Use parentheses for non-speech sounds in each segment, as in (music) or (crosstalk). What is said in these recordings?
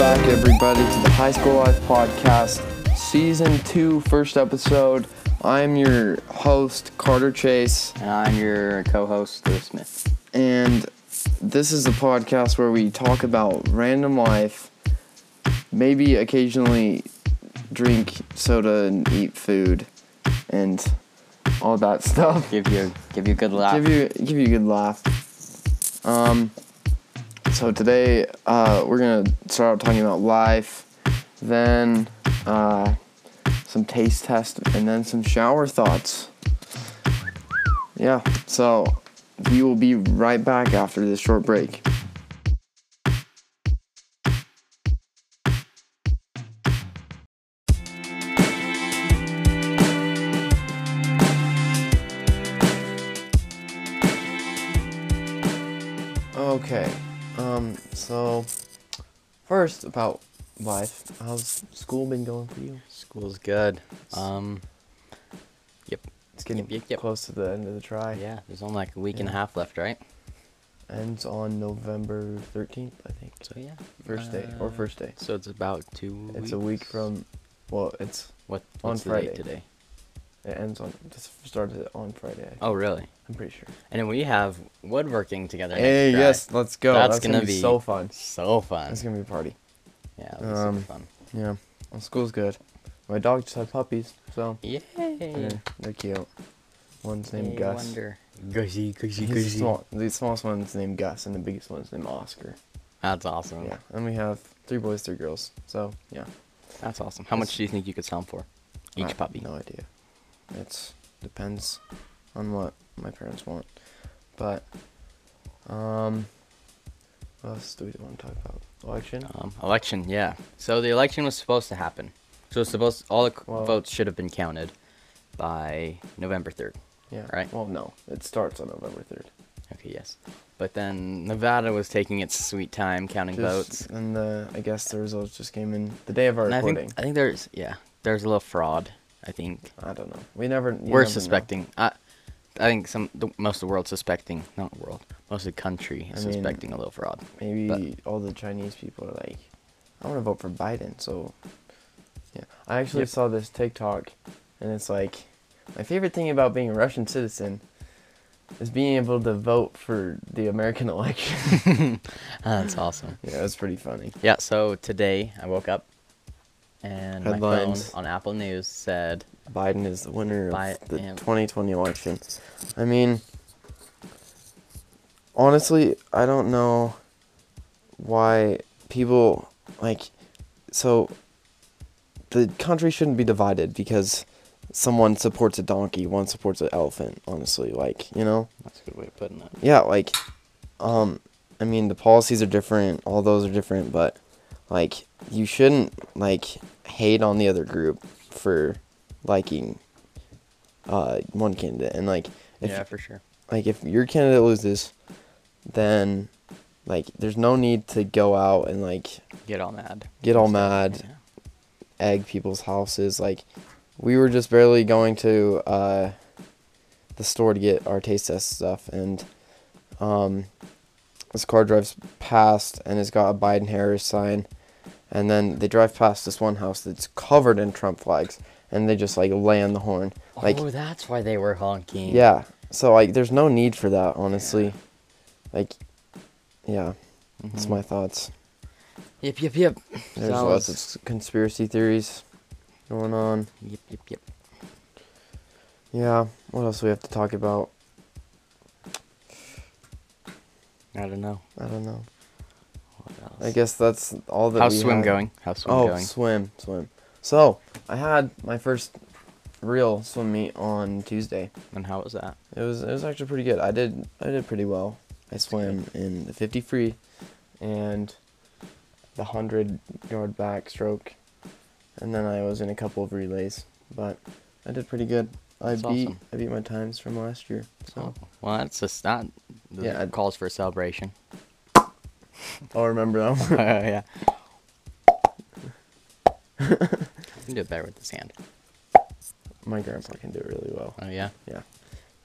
everybody, to the High School Life Podcast, Season 2, first episode. I'm your host, Carter Chase, And I'm your co-host, Lewis Smith. and this is a podcast where we talk about random life, maybe occasionally drink soda and eat food and all that (laughs) stuff. Give you give you a good laugh. give you give you a good laugh. Um, so today uh, we're gonna start out talking about life, then uh, some taste test, and then some shower thoughts. Yeah. So we will be right back after this short break. Okay. Um. So first about life. How's school been going for you? School's good. Um, yep. It's getting Yep, yep, yep. close to the end of the try. Yeah, there's only like a week and a half left, right? Ends on November thirteenth, I think. So yeah. First day or first day. So it's about two. It's a week from. Well, it's what? on What's the date Friday. today? it ends on. Just started it on Friday. I- Oh really? I'm pretty sure. And then we have woodworking together. Hey, next yes, Friday. let's go. That's That's, gonna, gonna be, be- so fun. So fun. That's gonna be a party. Yeah, it'll be super um, fun. Yeah, well, school's good. My dog just had puppies, so Yay. they're, they're cute. One's named Gus. Wonder. Gushy, gushy, He's the small, the smallest one's named Gus, and the biggest one's named Oscar. That's awesome. Yeah, and we have three boys, three girls. So yeah, That's awesome. How much do you think you could sell 'em for? Each I have puppy. No idea. It's depends on what my parents want. But um what else do we want to talk about? Election? Um, election, yeah. So the election was supposed to happen. So it's supposed all the c Well- votes should have been counted by November third. yeah. right. Well no. It starts on November third. Okay, yes. But then Nevada was taking its sweet time counting votes. And the I guess the results just came in the day of our And I recording. think I think there's yeah there's a little fraud. I think I, don't know. We never you never we're know. suspecting. I I think some the, most of the world suspecting not world most of the country is I mean- suspecting a little fraud. (laughs) Maybe all the Chinese people are like, I want to vote for Biden. So, yeah. I actually Yep. saw this TikTok, and it's like, my favorite thing about being a Russian citizen is being able to vote for the American (laughs) election. That's awesome. yeah, that's pretty funny. Yeah, so today I woke up and Headlines. my phone on Apple News said Biden is the winner of Bi- the yeah. 2020 election. I mean, honestly, I don't know why people like so the country shouldn't be divided because someone supports a donkey, one supports an elephant, honestly, like, you know? That's a good way of putting it. yeah, like, um, I mean, the policies are different, all those are different, but like, you shouldn't like hate on the other group for liking uh one candidate, and like, if yeah, for sure. like if your candidate loses, then like, there's no need to go out and like Get all mad. get all Stuff, mad, yeah. egg people's houses. Like, we were just barely going to uh, the store to get our taste test stuff, and um, this car drives past and it's got a Biden Harris sign, and then they drive past this one house that's covered in Trump flags, and they just like lay on the horn. Like, oh, that's why they were honking. yeah. So like, there's no need for that, honestly. Like, yeah. That's Mhm. my thoughts. Yep, yep, yep. There's That lots was- of conspiracy theories going on. Yep, yep, yep. Yeah. What else do we have to talk about? I don't know. I don't know. What else? I guess that's all that. How's we swim had. going? How's swim oh, going? swim, swim. So I had my first real swim meet on Tuesday. And how was that? It was it was actually pretty good. I did I did pretty well. I swam in the 50 free, and the hundred yard backstroke, and then I was in a couple of relays. But I did pretty good. I That's beat awesome. Oh, I beat my times from last year. So Well, that's just that. Yeah, Yeah, I'd- calls for a celebration. (laughs) (laughs) I'll remember that one. (laughs) yeah. I can do it better with this hand. my grandpa can do it really well. Oh yeah. Yeah.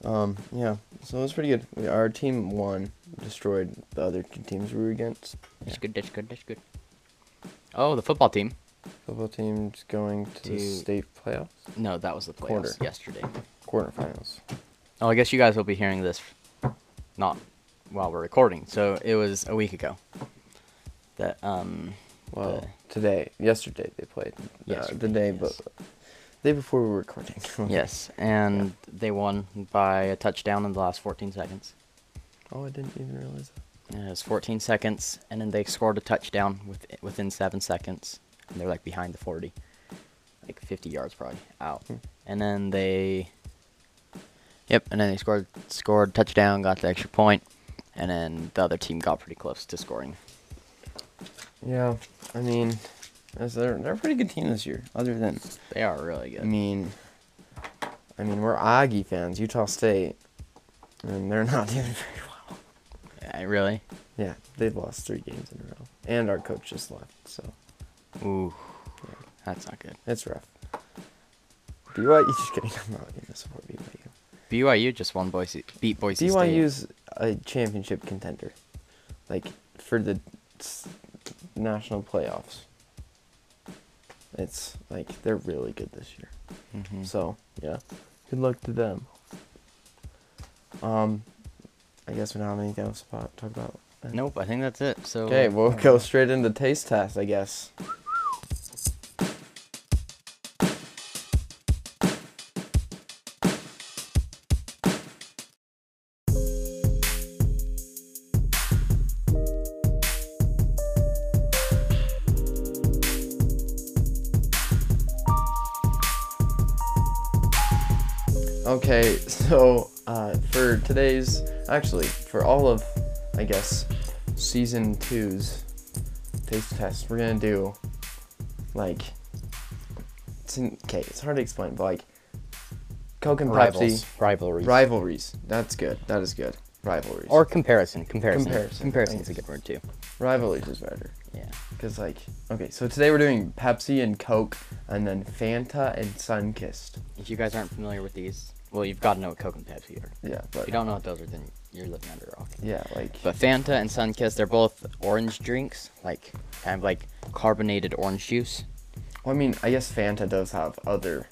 Um, yeah. So it was pretty good. We, our team won, destroyed the other two teams we were against. That's good. That's good. That's good. Oh, the football team. Football team's going to the To- state playoffs, No, that was the Quarter. playoffs yesterday. quarterfinals. Oh, I guess you guys will be hearing this not while we're recording. So it was a week ago that um Well, the- today, yesterday they played. Yeah, Yesterday, the day, yes. but day before we were recording. (laughs) yes, and they won by a touchdown in the last 14 seconds. oh, I didn't even realize that. And It was 14 seconds, and then they scored a touchdown with, within seven seconds. And they're like behind the 40, like 50 yards probably out. Hmm. And then they, yep, and then they scored scored touchdown, got the extra point, and then the other team got pretty close to scoring. Yeah, I mean, that's, they're they're a pretty good team this year. Other than, They are really good. I mean, I mean we're Aggie fans, Utah State, and they're (laughs) not doing very well. Yeah, Uh, really. Yeah, they've lost three games in a row, and our coach just left, so Ooh, that's not good. it's rough. BYU, (laughs) just kidding. I'm not going to support BYU. BYU just won Boise, beat Boise State. BYU's a championship contender, like for the s- national playoffs. It's like they're really good this year. Mhm. So yeah, good luck to them. Um, I guess we don't have anything else to talk about. Nope, I think that's it. So Okay, uh, we'll go straight into taste test, I guess. Okay, (laughs) so uh, for today's, actually, for all of, I guess, season two's taste test, we're gonna do like, it's in, okay, it's hard to explain, but like, Coke and rivals, Pepsi rivalries, rivalries. That's good. That is good. Rivalries or comparison, comparison, Comparison, Comparison's thanks. a good word too. rivalries is better. Yeah. Cause like, okay, so today we're doing Pepsi and Coke, and then Fanta and Sunkist. If you guys aren't familiar with these, well, you've got to know what Coke and Pepsi are. Yeah, If but you don't know what those are, then you're living under a rock. yeah, like But Fanta and Sunkist, they're both orange drinks, like kind of like carbonated orange juice. Well, I mean, I guess Fanta does have other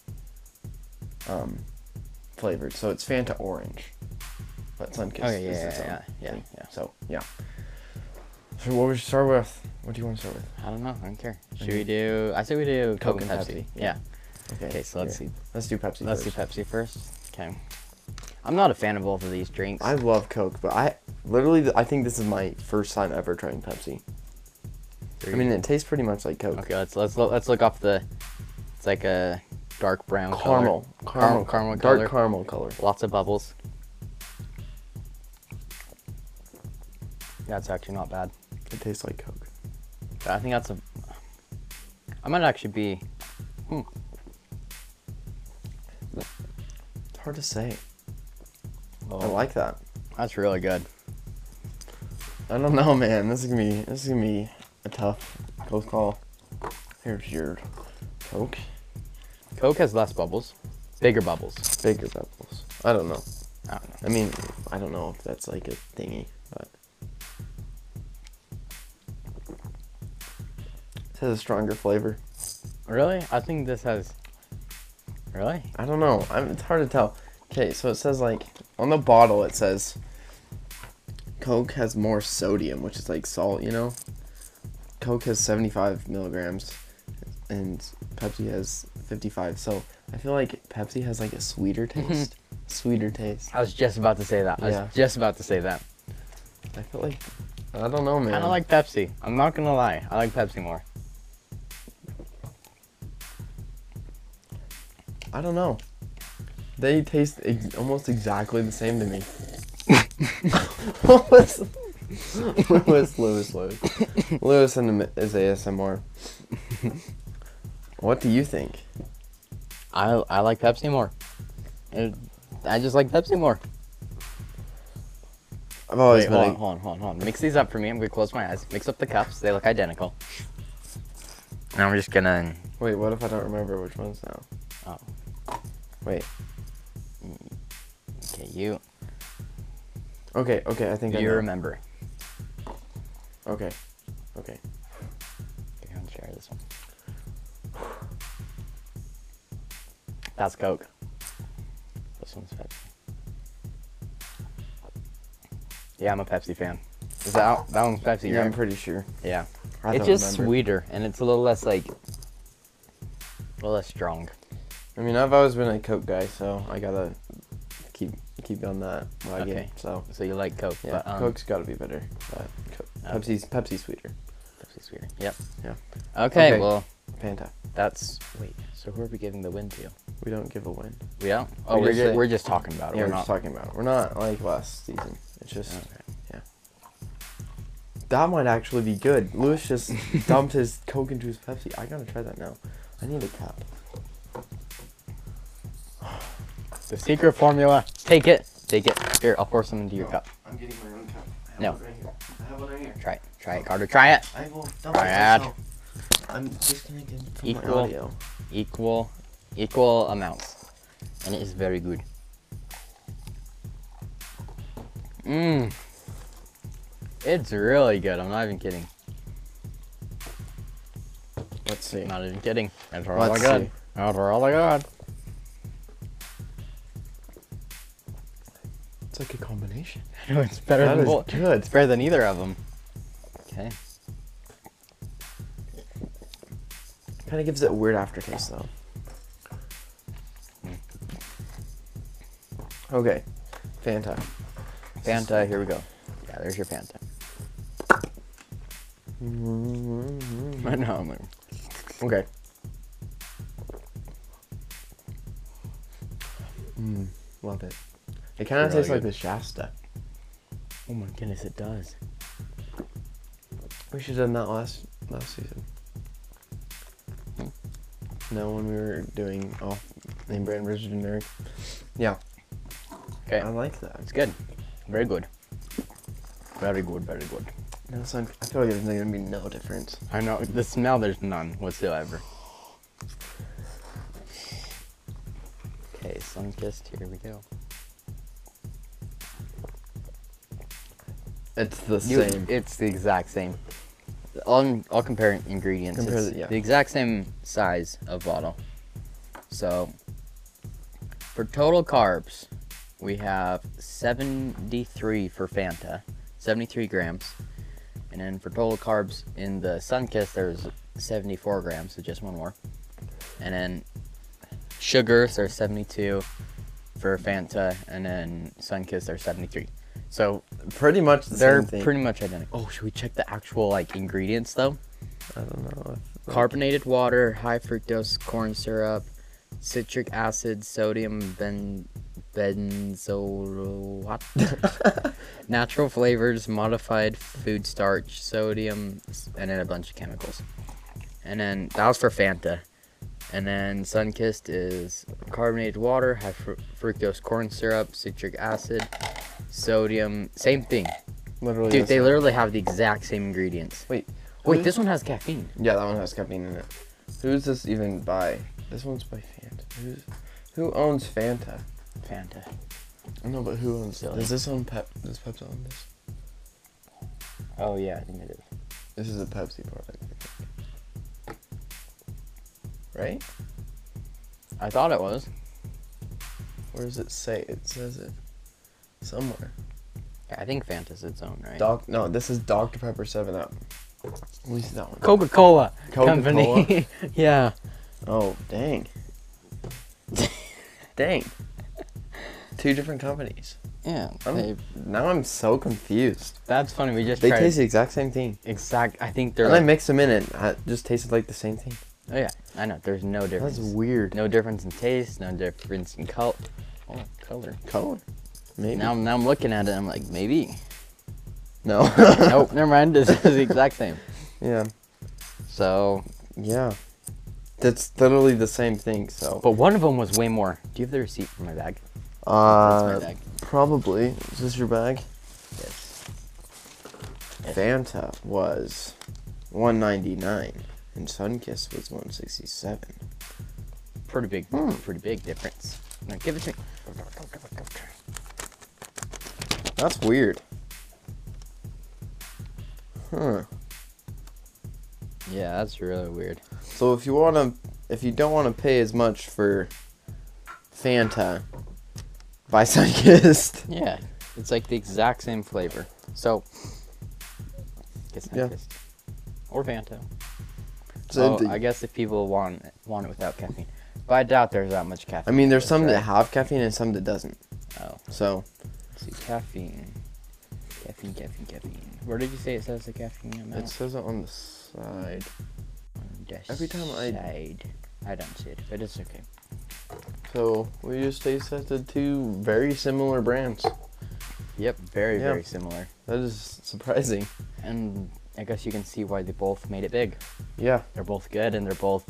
um flavored. So it's Fanta orange. But Sunkist Okay, yeah, is yeah, its own yeah, yeah, thing. yeah. So, yeah. So what would you start with? What do you want to start with? I don't know. I don't care. Should Okay. we do? I say we do Mm-hmm. Coke, and Pepsi. Yeah. Okay. Okay, so let's here. see. Let's do Pepsi Let's do first. Pepsi first. Okay. I'm not a fan of both of these drinks. I love Coke, but I literally th- I think this is my first time ever trying Pepsi. I mean, it tastes pretty much like Coke. Okay, let's let's lo- let's look off the. It's like a dark brown color. Caramel, caramel, caramel dark color. caramel color. Lots of bubbles. That's actually not bad. It tastes like Coke. But I think that's a. I might actually be. Hmm, It's hard to say. I oh, like that. that's really good. I don't know, man. This is gonna be this is gonna be a tough close call. Here's your Coke. Coke has less bubbles, bigger bubbles. Bigger bubbles. I don't know. I don't know. I mean, I don't know if that's like a thingy, but it has a stronger flavor. Really, I think this has. Really, I don't know. I'm, it's hard to tell. Okay, so it says like on the bottle it says Coke has more sodium, which is like salt, you know. Coke has 75 milligrams, and Pepsi has 55. So I feel like Pepsi has like a sweeter taste. sweeter taste. I was just about to say that. I Yeah. was just about to say that. I feel like I don't know, man. Kind of like Pepsi. I'm not gonna lie. I like Pepsi more. I don't know. They taste ex- almost exactly the same to (laughs) me. Lewis, Lewis, Lewis, Lewis. Lewis and the- is ASMR. what do you think? I I like Pepsi more. It- I just like Pepsi more. I've always Wait, been. hold on, hold on, hold on, hold on. Mix these up for me. I'm gonna close my eyes. Mix up the cups. They look identical. And I'm just gonna. a- wait, what if I don't remember which ones now? Oh, Wait. okay. You Okay, okay, I think I you know. remember? Okay, okay. Okay, I'll share That's Coke. This one's Pepsi. Yeah, I'm a Pepsi fan. Is that that one's Pepsi? Yeah, I'm right? pretty sure. yeah. I it's don't just remember. sweeter and it's a little less like, a little less strong. I mean, I've always been a Coke guy, so I gotta keep keep on that wagon. Okay. So So you like Coke? yeah, but, um, Uh, Coke's gotta be better. But Coke, Okay. Pepsi's Pepsi's sweeter. Pepsi's sweeter. Yep. Yeah. Okay, Okay. Well, Fanta. that's wait. So who are we giving the win to? We don't give a win. We don't. Oh, We we are just just, say- we're just talking about it. Yeah, we're we're not just talking about. it. We're not like last season. It's just Okay. yeah. That might actually be good. Lewis just dumped his Coke into his Pepsi. I gotta try that now. I need a cup. The secret formula. Take it. Take it. Here, I'll pour some into your cup. I'm getting my own cup. I have No. one right here. I have one right here. Try it. Try it, Carter. Try it. I will dump it Brad. myself. I'm disconnected from my Equal. audio. Equal, equal amounts, and it is very good. Mmm. It's really good. I'm not even kidding. Let's see. Not even kidding. That's all Let's I got. see. That's all I got. It's like a combination. (laughs) No, it's better That than is both. good. It's better than either of them. Okay. Kind of gives it a weird aftertaste though. Okay, Fanta. Fanta, here we go. Yeah, there's your (laughs) Fanta. I know. I'm like, Okay. Mm, love it. It kind of Really tastes like good. the Shasta. oh my goodness, it does. We should have done that last last season. No, when we were doing off name brand versus generic. Yeah, Okay. I like that. It's good. Very good. Very good, very good. No, so I'm- I feel like there's gonna be no difference. I know. The smell, there's none whatsoever. Okay, sun kissed. Here we go. It's the You- same. It's the exact same. I'll, I'll compare ingredients. Compare it's the- yeah. the exact same size of bottle. So, for total carbs, we have 73 for Fanta, 73 grams. And then for total carbs in the Sunkiss, there's 74 grams, so just one more. And then sugars, there's 72 for Fanta, and then Sunkiss, there's 73. So pretty much the they're same thing. pretty much identical. Oh, should we check the actual like ingredients though? I don't know. If, Carbonated water, high fructose corn syrup, citric acid, sodium ben benzoyl what? natural flavors, modified food starch, sodium, s- and then a bunch of chemicals. And then that was for Fanta. And then Sunkist is carbonated water, high fru- fructose corn syrup, citric acid, sodium, same thing. literally. Dude, the they same. literally have the exact same ingredients. Oh, Wait. Wait, who's- this one has caffeine. Yeah, that one has caffeine in it. Who's this even by? This one's by Fanta. Who's, who owns Fanta? Fanta. I know, but who owns? Silly. Does this own Pep? Does Pepsi own this? Oh yeah, I think it is. This is a Pepsi product. Right? I thought it was. Where does it say? It says it somewhere. I think Fanta's its own, right? Doc. No, this is Dr Pepper Seven Up. At least that one. Coca Cola Company. yeah. Oh dang. (laughs) dang. Two different companies. Yeah. I'm, they- now I'm so confused. that's funny. We just Um, They tried taste the exact same thing. exact. I think they're. And I Like, mixed them in, and it uh, just tasted like the same thing. oh yeah, I know. There's no difference. That's weird. No difference in taste. No difference in color. Oh, color. color. Maybe. Now, now I'm looking at it. I'm like, (coughs) maybe. no. (laughs) nope. Never mind. This is the exact same. yeah. So, Yeah. That's literally the same thing. So. but one of them was way more. Do you have the receipt for my bag? Uh, That's my bag. probably. Is this your bag? Yes. Yes. Fanta was 199 and Sunkiss was 167. pretty big, hmm. pretty big difference. Now give it to me. That's weird. Huh. Yeah, that's really weird. So if you want to if you don't want to pay as much for Fanta by Sunkist. (laughs) Yeah, it's like the exact same flavor. So, guess Yeah. Sunkist or Fanta. So oh, the- I guess if people want it, want it without caffeine, but I doubt there's that much I caffeine. mean, in there's this, some that right? have caffeine and some that doesn't. Oh, So let's see, caffeine, caffeine, caffeine, caffeine. Where did you say it says the caffeine amount? it says it on the side. On the every time I- side. I don't see it, but it's okay. So we just taste tested two very similar brands. Yep, very Yeah. very similar, That is surprising. and I guess you can see why they both made it big. Yeah, They're both good, and they're both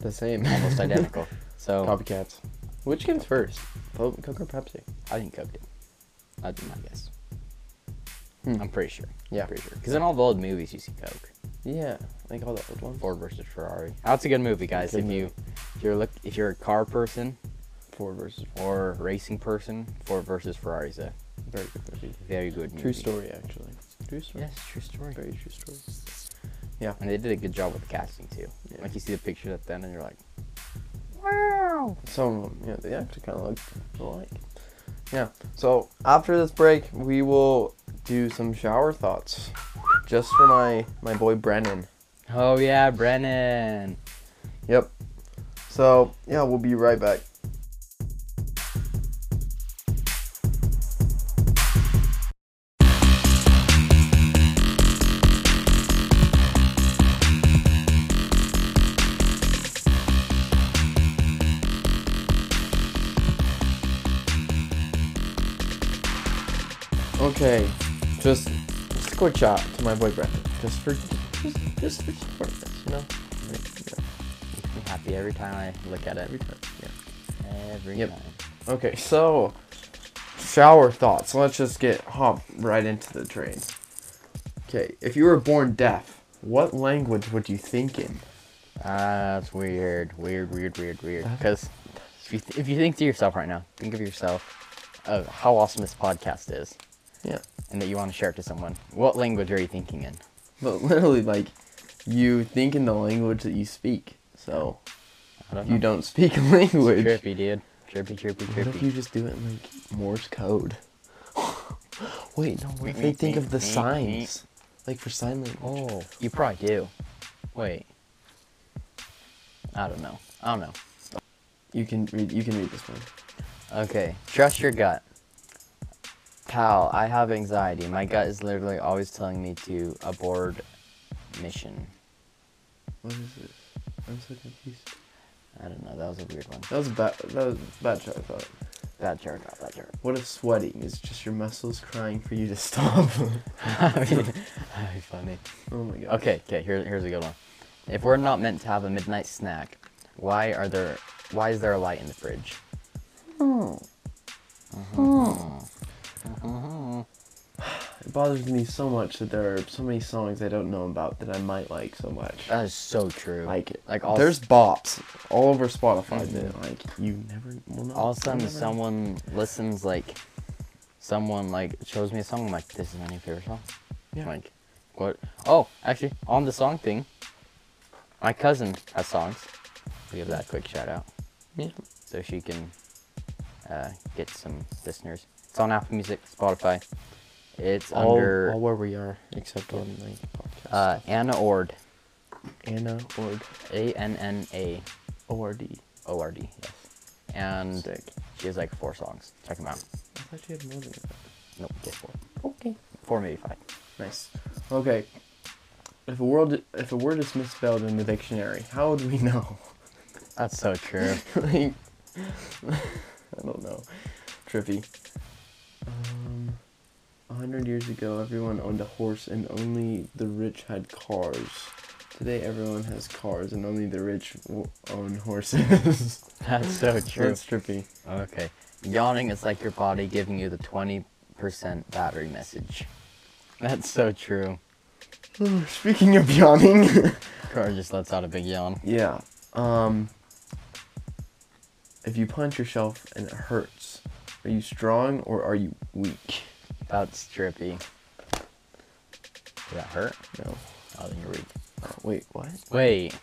the same. (laughs) almost identical. So Copycats. Which comes first, Po- Coke or Pepsi? I think Coke did. That's my guess. Hmm. I'm pretty sure. Yeah. pretty sure. Because in all the old movies, you see Coke. Yeah, like all the old ones. Ford versus Ferrari. That's a good movie, guys. Good if you if you're look if you're a car person Ford versus or racing person, Ford versus Ferrari is a very good movie. very good movie. True story, actually. True story. Yes, true story. Very true story. And they did a good job with the casting too. Yeah. Like you see the pictures at the end, and you're like, wow. Some of them, yeah, they actually kind of look alike. Yeah. So after this break, we will do some shower thoughts, just for my my boy Brennan. Oh yeah, Brennan. Yep. So yeah, we'll be right back. Okay, just, just a quick shout out to my boy Brendan, just for just just for supporting us, you know. Like, you know. Makes me happy every time I look at it. Every time, yeah. Every Yep. time. Okay, so shower thoughts. Let's just get hop right into the train. Okay, if you were born deaf, what language would you think in? Ah, that's weird, weird, weird, weird, weird. Because if you th- if you think to yourself right now, think of yourself of how awesome this podcast is, Yeah, and that you want to share it to someone. What language are you thinking in? but (laughs) literally, like, you think in the language that you speak. So I don't you don't speak a language. Uh-huh. Trippy, dude. Trippy, trippy, What if you trippy. just do it in like Morse code? (laughs) Wait, no. What if they think of the signs, like for sign language? Oh, you probably do. Wait. I don't know. I don't know. You can read. You can read this one. Okay, trust your gut. Pal, I have anxiety. My gut is literally always telling me to abort mission. What is this? I'm so confused. I don't know. That was a weird one. That was a bad. That was a bad shower thought. Bad joke. not Bad joke. What if sweating is just your muscles crying for you to (laughs) stop? (laughs) I mean, that'd be funny. oh my god. Okay, okay. Here, here's a good one. If we're not meant to have a midnight snack, why are there? Why is there a light in the fridge? Oh. Mm-hmm. It bothers me so much that there are so many songs I don't know about that I might like so much. That is so true. like it. Like all, There's bops all over Spotify Mhm. that like you never will not. all of a sudden, you'll never- someone listens like, someone like shows me a song. I'm like, this is my new favorite song. Yeah. Like, what? Oh, actually, on the song thing, my cousin has songs. We give that a quick shout out. Yeah. so she can uh, get some listeners. It's on Apple Music, Spotify. It's All, under all where we are except on like podcast. uh, Anna Ord, Anna Ord A N N A O R D. O R D, yes. And Sick. she has like four songs. Check them out. I thought you had more than that. Nope, just four. Okay. Four, maybe five. Nice. Okay. If a world if a word is misspelled in the dictionary, how would we know? (laughs) That's so true. (laughs) like, (laughs) I don't know. Trippy. Um, a hundred years ago, everyone owned a horse and only the rich had cars. Today, everyone has cars and only the rich w- own horses. (laughs) That's so true. That's trippy. (sighs) Okay. Yawning is like your body giving you the 20% battery message. That's so true. Speaking of yawning. (laughs) Car just lets out a big yawn. yeah. Um, if you punch yourself and it hurts, are you strong or are you weak? That's trippy. Did that hurt? No. Oh, then you're weak. Oh, wait, what? Wait.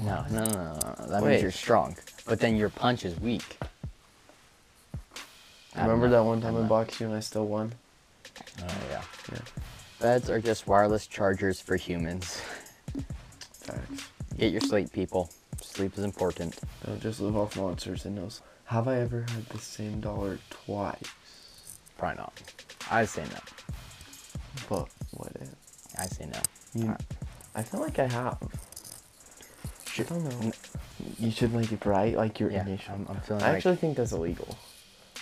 No, no, no, no, no. That Wait. means you're strong. but then your punch is weak. I don't Remember know. that one time I'm I not- boxed you and I still won? Oh yeah. Yeah. Beds are just wireless chargers for humans. (laughs) Facts. Get your sleep, people. Sleep is important. Don't just live off monsters and those. Have I ever heard the same dollar twice? Probably not. I say no. But what if? I say no. You, Uh, I feel like I have. I Should- don't know. You should make it right, like your Yeah, initial. I'm- I'm feeling I like- actually think that's illegal.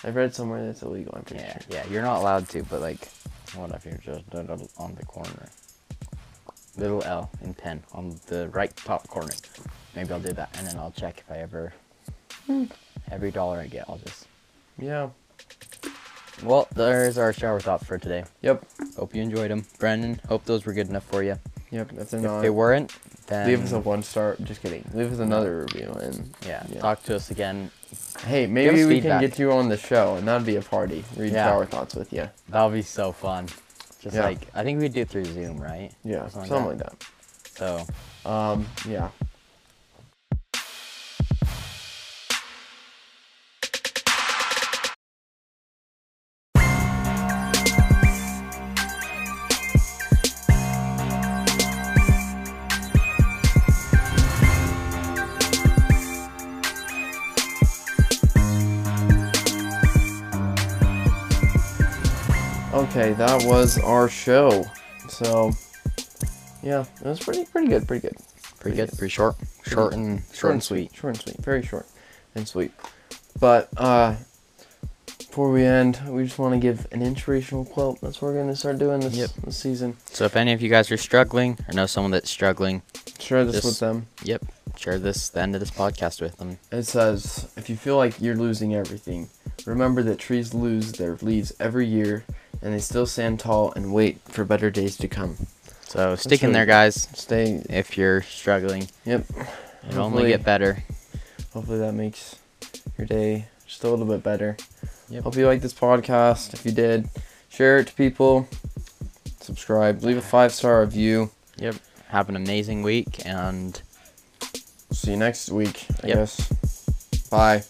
I've read somewhere that's illegal. I'm pretty Yeah, sure. yeah. You're not allowed to, but like, what if you're just da- da- on the corner? Little L in pen on the right top corner. Maybe I'll do that, and then I'll check if I ever. Every dollar I get, I'll just. Yeah. Well, there's our shower thought for today. Yep. Hope you enjoyed them, Brandon. Hope those were good enough for you. Yep. If they're if not, they weren't, then leave us a one star. Just kidding. Leave us another review and Yeah, talk to us again. Hey, maybe us we feedback. can get you on the show, and that'd be a party. Read Yeah. shower thoughts with you. That'll be so fun. Just Yeah. like I think we do it through Zoom, right? Yeah, Or something, like that. So Um, yeah. Okay, that was our show. So, yeah, it was pretty, pretty good, pretty good. pretty good, pretty short, short and short and sweet. Mm-hmm. Short and sweet. Very short and sweet. But uh before we end, we just want to give an inspirational quote. That's what we're going to start doing this, Yep. this season. So if any of you guys are struggling or know someone that's struggling, Share this This- with them. yep, share this the end of this podcast with them. It says, if you feel like you're losing everything, remember that trees lose their leaves every year and they still stand tall and wait for better days to come. So stick in really there, guys. Stay, If you're struggling, yep. it'll only Hopefully- get better. Hopefully that makes your day just a little bit better. Yep. Hope you liked this podcast. If you did, share it to people. Subscribe. Leave a five star review. Yep. Have an amazing week and. See you next week, I Yep. guess. Bye.